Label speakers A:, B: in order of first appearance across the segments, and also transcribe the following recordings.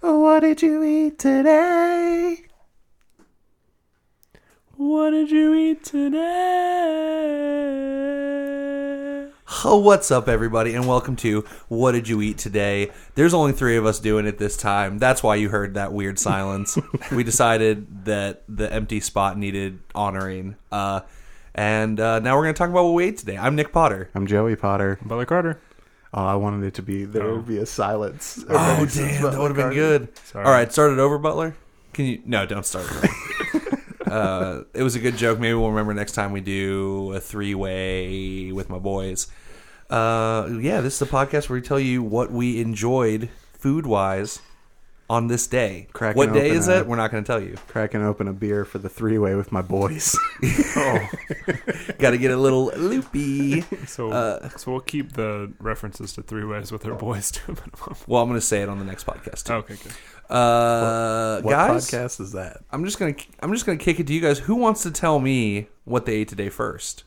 A: What did you eat today? What did you eat today?
B: Oh, what's up, everybody, and welcome to What Did You Eat Today? There's only three of us doing it this time. That's why you heard that weird silence. we decided that the empty spot needed honoring. Uh, and uh, now we're going to talk about what we ate today. I'm Nick Potter.
A: I'm Joey Potter.
C: Butler Carter.
A: Oh, I wanted it to be there would be a silence.
B: Oh,
A: Okay, so it's
B: damn,
A: about
B: that would have
A: the
B: been
A: garden.
B: good.
C: Sorry.
B: All right, start it over, Butler. Can you? No, don't start. It over. uh, it was a good joke. Maybe we'll remember next time we do a three-way with my boys. Uh, yeah, this is the podcast where we tell you what we enjoyed food-wise on this day.
A: Cracking
B: what day
A: open
B: is
A: a-
B: it? We're not going to tell you.
A: Cracking open a beer for the three way with my boys.
B: Oh, Got to get a little loopy.
C: So,
B: Uh,
C: so we'll keep the references to three ways with our
B: Oh.
C: boys to a minimum.
B: Well, I'm going to say it on the next podcast. Too.
C: Okay, good.
B: Oh. Uh,
A: what
B: guys,
A: podcast is that?
B: I'm just gonna I'm just gonna kick it to you guys. Who wants to tell me what they ate today first?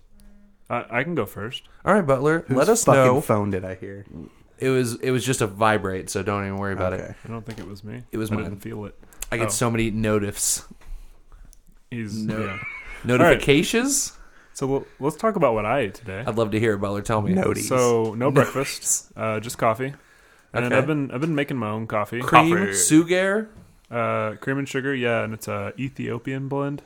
C: I, I can go first.
B: All right, Butler, let
A: Whose
B: us
A: fucking
B: know.
A: phone did I hear?
B: It was it was just a vibrate, so don't even worry about it.
A: Okay.
C: I don't think it was me.
B: It was
C: I
B: mine.
C: didn't feel it.
B: I get
C: Oh.
B: so many notifs,
C: He's
B: No.
C: yeah.
B: notifications.
C: So we'll, let's talk about what I ate today.
B: I'd love to hear it, Butler. Tell me.
A: Noties.
C: So no breakfast, uh, just coffee. And
B: Okay.
C: I've been I've been making my own coffee,
B: cream
C: Coffee.
B: sugar.
C: uh, cream and sugar. Yeah, and it's a Ethiopian blend.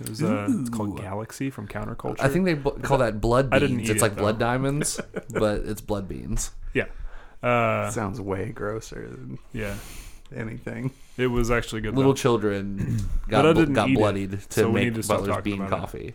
C: It was uh, it's called Galaxy from Counterculture.
B: I think they bl- call that blood
C: I
B: beans.
C: didn't eat
B: it's
C: it,
B: like blood
C: though.
B: diamonds, but it's blood beans.
C: yeah, uh,
A: Sounds way grosser than
C: yeah.
A: anything.
C: It was actually good.
B: Little
C: though.
B: children
C: But
B: got
C: I
B: bl-
C: didn't
B: got
C: eat it,
B: bloodied to
C: so we
B: make
C: need to stop
B: Butler's
C: talking
B: bean
C: about
B: coffee.
C: it.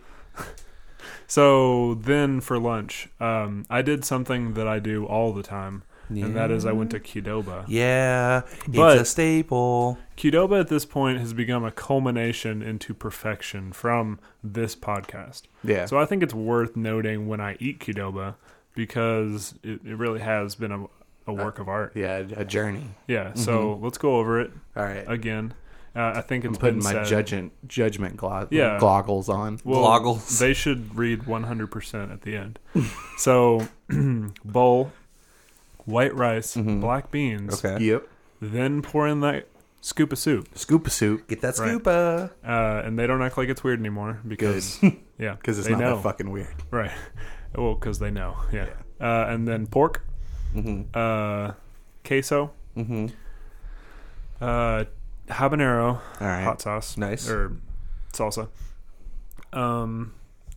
C: So then for lunch, um, I did something that I do all the time, and that is I went to Qdoba.
B: Yeah,
C: But-
B: it's a staple.
C: Qdoba at this point has become a culmination into perfection from this podcast.
A: Yeah.
C: So I think it's worth noting when I eat Qdoba because it, it really has been a, a work of art.
A: Uh, yeah, a a journey.
C: Yeah. So let's go over it
A: All right.
C: again. Uh, I think it's
A: Mm-hmm. I'm putting
C: been
A: my
C: said-
A: judgment judgment glo-
C: Yeah.
A: goggles on.
B: Gloggles.
C: They should read 100% at the end. so, bowl, white rice, black beans,
B: Okay,
A: Yep.
C: then pour in that scoop of soup.
A: Scoop a soup
B: get that
C: Right.
B: scoopa.
C: Uh, and they don't act like it's weird anymore because, yeah,
A: because it's
C: they
A: not
C: know.
A: that fucking weird.
C: Right. Well, because they know. Yeah. Uh, and then pork, uh, queso,
B: Mm-hmm.
C: uh, habanero,
A: All right.
C: hot sauce,
B: Nice.
C: or salsa. Um,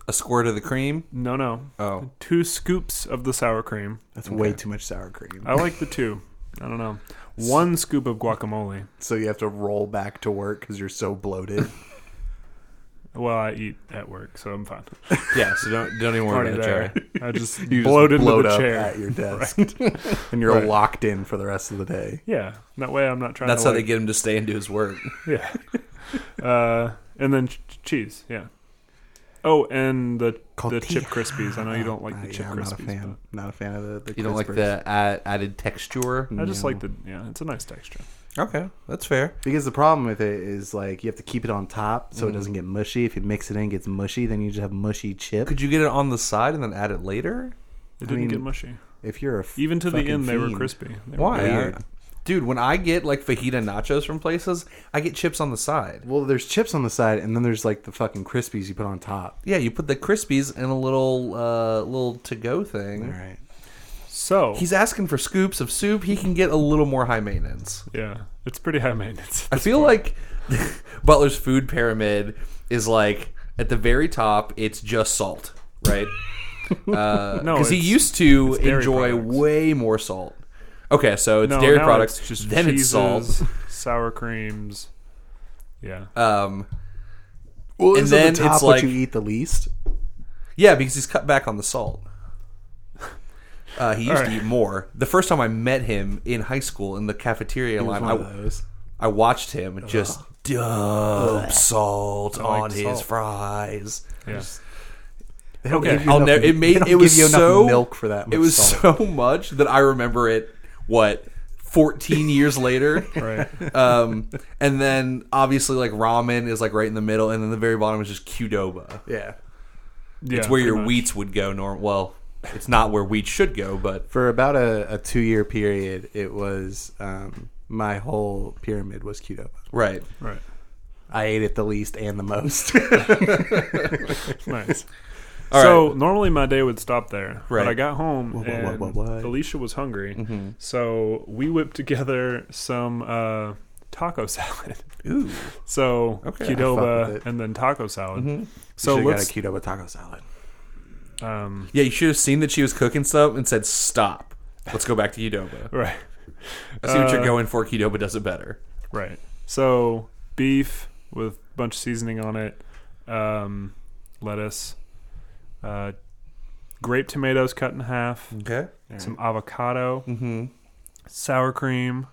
B: A squirt of the cream.
C: no, no,
B: Oh,
C: two scoops of the sour cream.
A: That's way too much sour cream.
C: I like the two. I don't know. One scoop of guacamole.
A: so you have to roll back to work because you're so bloated.
C: Well, I eat at work, so I'm fine.
B: yeah. So don't don't even worry
C: Already
B: about it, Jerry.
C: there. I just
A: You just
C: bloated into
A: bloat
C: the
A: up
C: chair.
A: at your desk, and you're
C: Right.
A: locked in for the rest of the day.
C: Yeah. That way, I'm not trying.
B: That's
C: to
B: how
C: like,
B: they get him to stay and do his work.
C: Yeah. uh, and then ch- ch- cheese. Yeah. Oh, and the the
A: Cotija.
C: chip crispies. I know you don't like the
A: Uh,
C: chip
A: yeah, I'm not a
C: crispies.
A: fan. Not a fan of the. the
B: You don't like
A: crispers.
B: the add, added texture.
C: but I just
A: No.
C: like the yeah. It's a nice texture.
B: Okay, that's fair.
A: because the problem with it is like you have to keep it on top so it
C: Mm.
A: doesn't get mushy. If you mix it in, it gets mushy. Then you just have mushy chip.
B: Could you get it on the side and then add it later?
C: It didn't
A: mean,
C: get mushy.
A: if you're a f-
C: Even to the
A: fucking
C: end, they were
A: fiend.
C: crispy. They were
B: Why?
A: Weird.
B: I- dude, when I get like fajita nachos from places, I get chips on the side.
A: Well, there's chips on the side, and then there's like the fucking crispies you put on top.
B: Yeah, you put the crispies in a little uh, little to go
A: All
B: thing.
A: right.
C: So
B: He's asking for scoops of soup. He can get a little more high maintenance.
C: yeah, it's pretty high maintenance.
B: I feel like Butler's food pyramid is like at the very top. It's just salt, right? Because
C: No,
B: he
C: it's-
B: used to
C: it's dairy
B: enjoy
C: products.
B: way more salt. Okay, so it's
C: no,
B: dairy
C: now
B: products.
C: it's just
B: then it's
C: cheeses,
B: salt.
C: sour creams. Yeah.
B: Um,
A: Well,
B: And
A: isn't
B: then
A: the top
B: it's
A: what
B: like-
A: you eat the least?
B: yeah, because he's cut back on the salt. Uh, he used to
C: right.
B: eat more. The first time I met him in high school in the cafeteria
A: He was
B: line,
A: one of
B: I,
A: those.
B: I watched him just dump salt
C: like
B: on his
C: salt.
B: fries.
C: Yeah.
A: They don't
C: Okay.
A: give you
B: I'll
A: enough-
B: never. It
A: they
B: made
A: don't
B: it was
A: give you enough
B: so
A: milk for that. Much
B: It was
A: salt.
B: so much that I remember it. What, fourteen years later?
C: Right.
B: Um, and then obviously like ramen is like right in the middle, and then the very bottom is just Qdoba.
A: yeah.
C: Yeah.
B: It's where your
C: pretty much.
B: wheats would go. Norm. Well, it's not where wheat should go, but
A: For about a, a two year period, it was um, my whole pyramid was Qdoba.
B: Right.
C: Right.
A: I ate it the least and the most.
C: Nice.
B: All
C: so normally my day would stop there,
B: Right. Mm-hmm.
C: but I got home
A: What, what, what,
C: and
A: what, what?
C: Alicia was hungry, so we whipped together some uh, taco salad.
B: Ooh.
C: So
B: Okay, I
A: fuck with
C: Qdoba
A: it.
C: and then taco salad.
B: Mm-hmm.
C: So
A: so got a
C: let's
A: Qdoba taco salad.
C: um,
B: Yeah, you should have seen that she was cooking stuff and said, "Stop. Let's go back to Qdoba."
C: right,
B: I see what you're
C: Uh,
B: going for. Qdoba does it better.
C: right. So beef with a bunch of seasoning on it, um, lettuce, uh, grape tomatoes cut in half,
B: Okay.
C: some avocado,
B: Mm. Mm-hmm.
C: sour cream,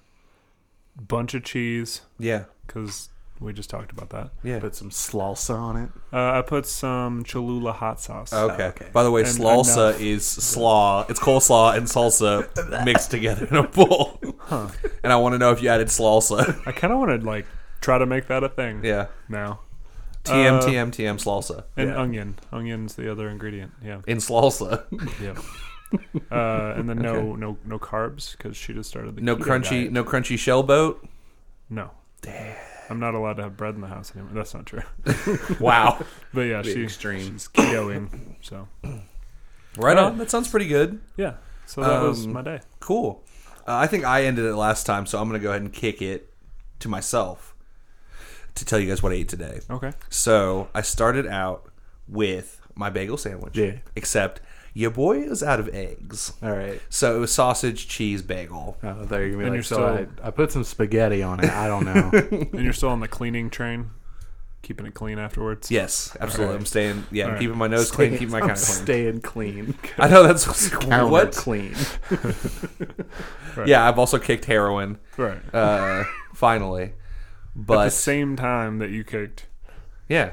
C: bunch of cheese.
B: Yeah.
C: because we just talked about that.
B: Yeah.
A: Put some salsa on it.
C: Uh, I put some Cholula hot sauce.
B: Okay.
A: okay.
B: By the way,
C: And
B: salsa is slaw. It's coleslaw and salsa mixed together in a bowl. And I want to know if you added salsa.
C: I kind of want to like try to make that a thing
B: yeah.
C: now.
B: TM,
C: Uh,
B: TM, TM, salsa.
C: And
A: Yeah.
C: onion, onion's the other ingredient. Yeah,
B: In salsa.
C: yeah. uh, and then no, no, no carbs because she just started the
B: No
C: keto
B: crunchy,
C: diet.
B: no crunchy shell boat.
C: No, I'm not allowed to have bread in the house anymore. That's not true.
B: Wow.
C: But yeah,
B: Be
C: she,
B: extreme.
C: she's ketoing. So
B: right
C: Uh,
B: on. That sounds pretty good.
C: yeah, so that was
B: Um,
C: my day.
B: Cool. Uh, I think I ended it last time, so I'm going to go ahead and kick it to myself to tell you guys what I ate today.
C: Okay,
B: So I started out with my bagel sandwich.
A: Yeah.
B: Except your boy is out of eggs.
A: All right.
B: So it was sausage, cheese, bagel.
A: Oh, I thought you were gonna be
C: And
A: like,
C: you're
A: so
C: still-
A: I, I put some spaghetti on it. I don't know.
C: and you're still on the cleaning train, keeping it clean afterwards.
B: Yes, absolutely.
A: Alright.
B: I'm staying. Yeah, I'm
C: Alright.
B: keeping my nose clean, keeping my
A: I'm
B: counter clean.
A: staying clean.
B: I know that's
A: Counter
B: what.
A: clean.
B: Yeah, I've also kicked heroin.
C: right.
B: Uh, finally,
C: At the
B: but
C: same time that you kicked
B: yeah,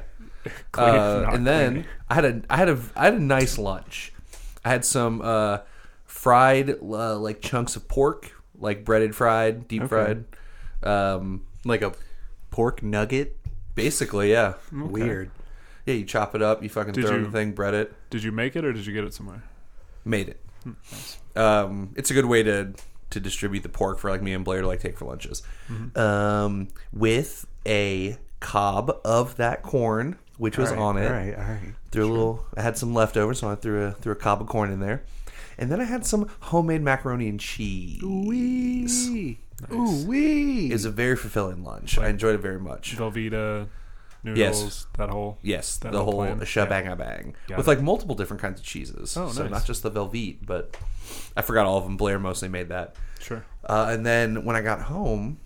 C: Clean,
B: Uh,
C: not
B: and then
C: clean.
B: I had a I had a I had a nice lunch. I had some uh, fried uh, like chunks of pork, like breaded fried, deep fried. Um,
A: Like a pork nugget.
B: basically, yeah,
A: Weird.
B: yeah. You chop it up, you fucking
C: Did
B: throw it in
C: you-
B: the thing, bread it,
C: Did you make it or did you get it somewhere?
B: made it.
A: Hmm,
B: Um, it's a good way to to distribute the pork for like me and Blair to like take for lunches,
A: Mm-hmm.
B: um, with a cob of that corn which was on it.
A: All right. All right.
B: Threw a little. I had some leftovers, so I threw a threw a cob of corn in there, and then I had some homemade macaroni and cheese.
A: Wee. Ooh wee.
B: It was a very fulfilling lunch. I enjoyed it very much.
C: Velveeta noodles,
B: Yes.
C: that whole.
B: Yes,
C: That
B: the whole
C: whole plan.
B: shebang a bang
C: Got
B: with
C: it.
B: like multiple different kinds of cheeses.
C: Oh,
B: so
C: nice.
B: not just the Velveet, but I forgot all of them. Blair mostly made that.
C: Sure.
B: Uh, and then when I got home,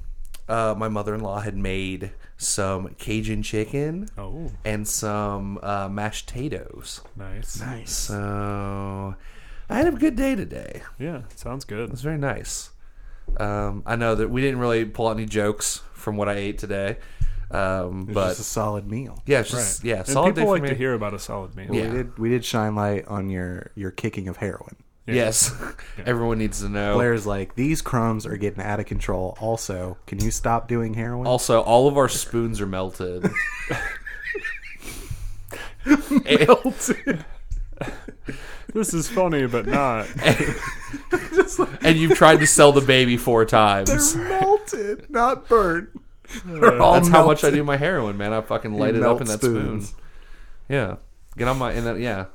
B: uh, my mother in law had made some Cajun chicken
C: Oh,
B: and some uh, mashed potatoes.
C: nice.
A: nice.
B: So I had a good day today.
C: Yeah, sounds
B: It
C: good.
B: was very nice. Um, I know that we didn't really pull out any jokes from what I ate today, um,
A: It was
B: but
A: just a solid meal.
B: yeah, it's just yeah,
C: and
B: solid day
C: people
B: for
C: like
B: me.
C: to hear about a solid meal.
A: Well,
B: Yeah.
A: We did. We did shine light on your your kicking of heroin.
C: Yeah.
B: Yes, everyone needs to know.
A: Blair's like, these crumbs are getting out of control. Also, can you stop doing heroin?
B: Also, all of our spoons are melted. melted.
C: This is funny, but not.
B: and you've tried to sell the baby four times.
A: melted, not burnt.
B: That's how much I do my heroin, man. I fucking light it up
A: melt
B: in that
A: spoons.
B: spoon. Yeah, get on my in that. Yeah,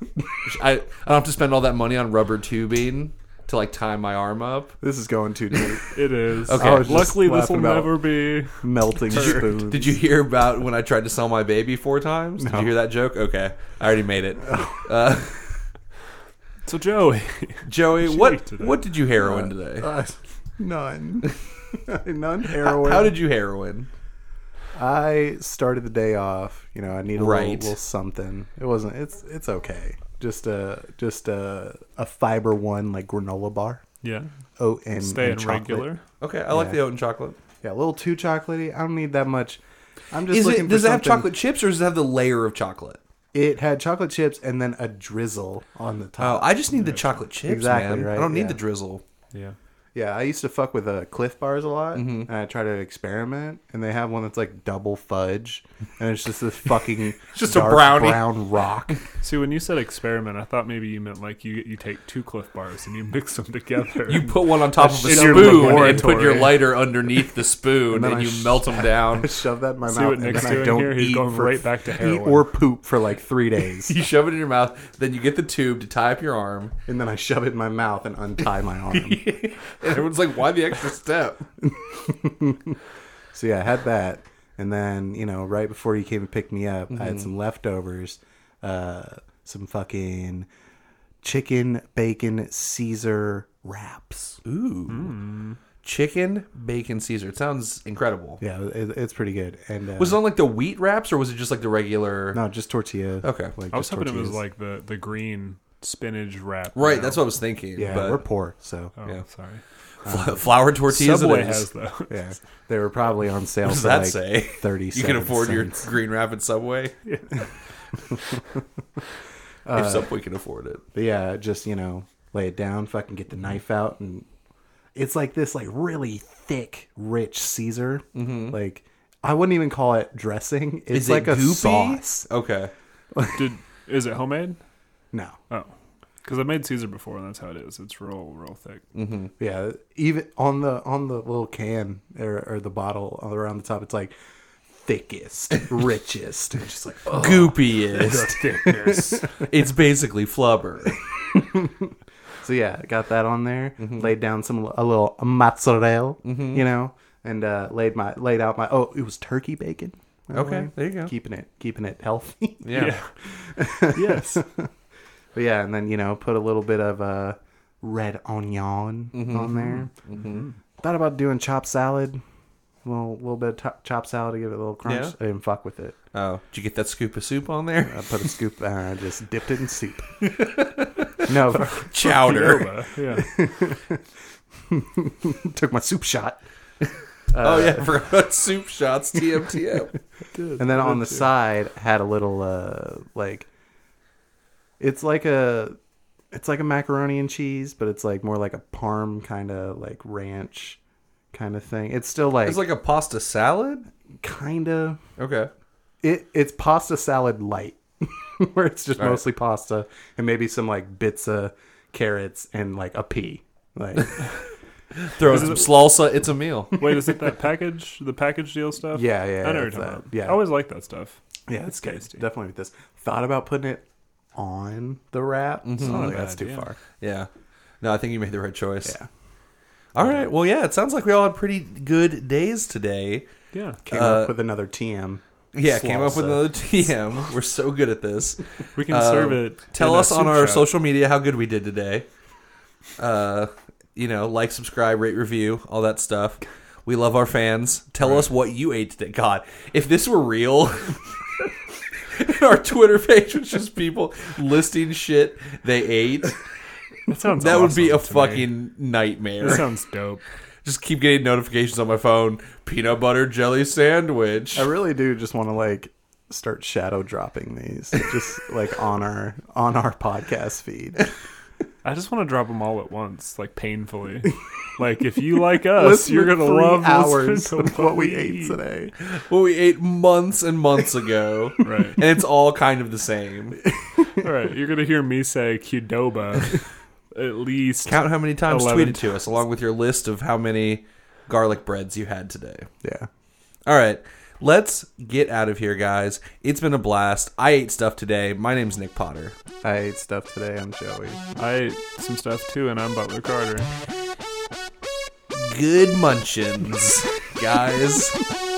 B: I I don't have to spend all that money on rubber tubing to like tie my arm up.
A: This is going too deep.
C: It is.
B: Okay.
A: I was just
C: Luckily, this
A: laughing
C: will
A: about
C: never be.
A: melting spoons.
B: Did you hear about when I tried to sell my baby four times? Did you hear that joke? Okay, I already made it. Uh,
C: So, Joey,
B: Joey,
C: She
B: what
C: ate today.
B: what did you heroin today?
A: Uh, none. none
B: How,
A: heroin.
B: how did you heroin?
A: I started the day off? You know, I need a little,
B: Right.
A: little something. It wasn't. It's it's okay. Just a just a a fiber one like granola bar.
C: yeah,
A: Oat and
C: stay in
A: and chocolate.
C: regular.
B: Okay, I like
A: Yeah.
B: the oat and chocolate.
A: Yeah, a little too chocolatey. I don't need that much. I'm just
B: Is
A: looking
B: it
A: for
B: does it have
A: something-
B: chocolate chips or does it have the layer of chocolate?
A: It had chocolate chips and then a drizzle on the
B: Oh,
A: top.
B: I just need the chocolate chips,
A: Exactly,
B: man. I
A: right,
B: don't need
A: yeah.
B: the drizzle.
C: Yeah.
A: Yeah, I used to fuck with uh, Cliff bars a lot, and I try to experiment. And they have one that's like double fudge, and it's just this fucking
B: Just a brownie.
A: brown rock.
C: See, when you said experiment, I thought maybe you meant like you you take two Cliff Bars and you mix them together.
B: You put one on top of a
C: That's your
B: spoon and put
C: laboratory.
B: your lighter underneath the spoon
A: And then
B: and
A: I
B: you
A: sh-
B: melt them
A: I
B: down.
A: shove that in my
C: See
A: mouth,
C: what
A: and
C: Nick's
A: then I
C: doing
A: don't
C: here?
A: eat
C: He's going
A: for-
C: right back to
A: eat
C: heroin.
A: or poop for like three days,
B: You shove it in your mouth, then you get the tube to tie up your arm.
A: and then I shove it in my mouth and untie my arm.
B: and everyone's like, why the extra step?
A: So yeah, I had that, and then you know, right before you came and picked me up,
B: Mm-hmm.
A: I had some leftovers, uh, some fucking chicken bacon Caesar wraps.
B: Ooh. Chicken, bacon, Caesar. It sounds incredible.
A: Yeah, it, it's pretty good. And uh,
B: Was it on like the wheat wraps or was it just like the regular?
A: no, just tortilla.
B: Okay.
A: like,
C: I was
A: just
C: hoping it
A: tortillas.
C: was like the the green spinach wrap.
B: Right,
C: you
B: that's
C: know?
B: what I was thinking.
A: yeah,
B: but
A: we're poor, so
C: Oh,
B: yeah.
C: sorry.
B: fl- flour tortillas.
C: Subway
B: it is.
C: has those.
A: yeah, they were probably on sale.
B: What does
A: for
B: that
A: like
B: say?
A: Thirty.
B: You can afford your green wrap at Subway. if
A: Uh,
B: Subway can afford it.
A: But yeah, just you know, lay it down, fucking get the
B: Mm-hmm.
A: knife out, and it's like this like really thick, rich Caesar. Mm-hmm. Like I wouldn't even call it dressing. It's
B: it
A: like a
B: goopy?
A: sauce.
B: Okay.
C: Did is it homemade?
A: No,
C: Oh, because I made Caesar before, and that's how it is. It's real, real thick.
A: yeah, even on the on the little can or, or the bottle around the top, it's like thickest, richest. It's just like oh.
B: Goopiest.
C: Thickness.
B: it's basically flubber.
A: so. Yeah, got that on there.
B: Mm-hmm.
A: Laid down some a little mozzarella, you know, and uh, laid my laid out my oh, it was turkey bacon. by the
B: Okay,
A: way.
B: there you go.
A: keeping it keeping it healthy.
B: yeah.
C: yes.
A: But yeah, and then you know, put a little bit of uh, red onion
B: Mm-hmm.
A: on there. Thought about doing chopped salad, a little, little bit of to- chopped salad to give it a little crunch.
B: Yeah.
A: I didn't fuck with it.
B: Oh, did you get that scoop of soup on there?
A: I put a scoop and I just dipped it in soup. no,
B: Chowder.
C: Yoba, Yeah.
A: took my soup shot,
B: oh yeah, for soup shots. TMTM.
A: and then on the side had a little uh, like it's like a it's like a macaroni and cheese, but it's like more like a parm kind of like ranch kind of thing. It's still like,
B: It's like a pasta salad.
A: kind of
B: Okay.
A: it it's pasta salad light where it's just
B: All right.
A: mostly pasta and maybe some like bits of carrots and like a pea like
B: Throw in some salsa. It's a meal.
C: Wait, is it that package? The package deal stuff?
A: Yeah, yeah,
C: I know what you're
A: it's
C: talking
A: that.
C: about.
A: Yeah.
C: I always like that stuff.
A: yeah it's good
C: tasty.
A: definitely with this thought about putting it on the wrap
B: Mm-hmm.
A: so I'm like, that's too far
B: Yeah. No, I think you made the right choice.
A: Yeah.
B: All right. Well, yeah. It sounds like we all had pretty good days today.
C: Yeah.
A: came
B: Uh,
A: up with another tm
B: Yeah, came up with
A: Salsa.
B: another TM. We're so good at this.
C: We can
B: Um,
C: serve it.
B: Tell
C: in a
B: us on
C: soup
B: our
C: shop.
B: social media how good we did today. Uh, you know, like, subscribe, rate, review, all that stuff. We love our fans. Tell us what you ate today. God, if this were real, our Twitter page was just people listing shit they ate.
C: That, sounds
B: That would be a
C: awesome to me.
B: fucking nightmare.
C: That sounds dope.
B: just keep getting notifications on my phone. Peanut butter jelly sandwich.
A: i really do just want to like start shadow dropping these just like on our on our podcast feed
C: I just want to drop them all at once, like painfully. like if you like us,
A: Listen
C: you're gonna
A: three
C: love
A: hours
C: listening to
A: of what we
C: eat.
A: ate today
B: What we ate months and months ago.
C: Right.
B: And it's all kind of the same.
C: All right, you're gonna hear me say Qdoba at least.
B: Count how many times
C: Eleven
B: tweeted to us, along with your list of how many garlic breads you had today.
A: yeah
B: All right. Let's get out of here, guys. It's been a blast. I ate stuff today. My name's Nick Potter.
A: i ate stuff today i'm joey
C: I ate some stuff too, and I'm Butler Carter.
B: Good munchins, guys.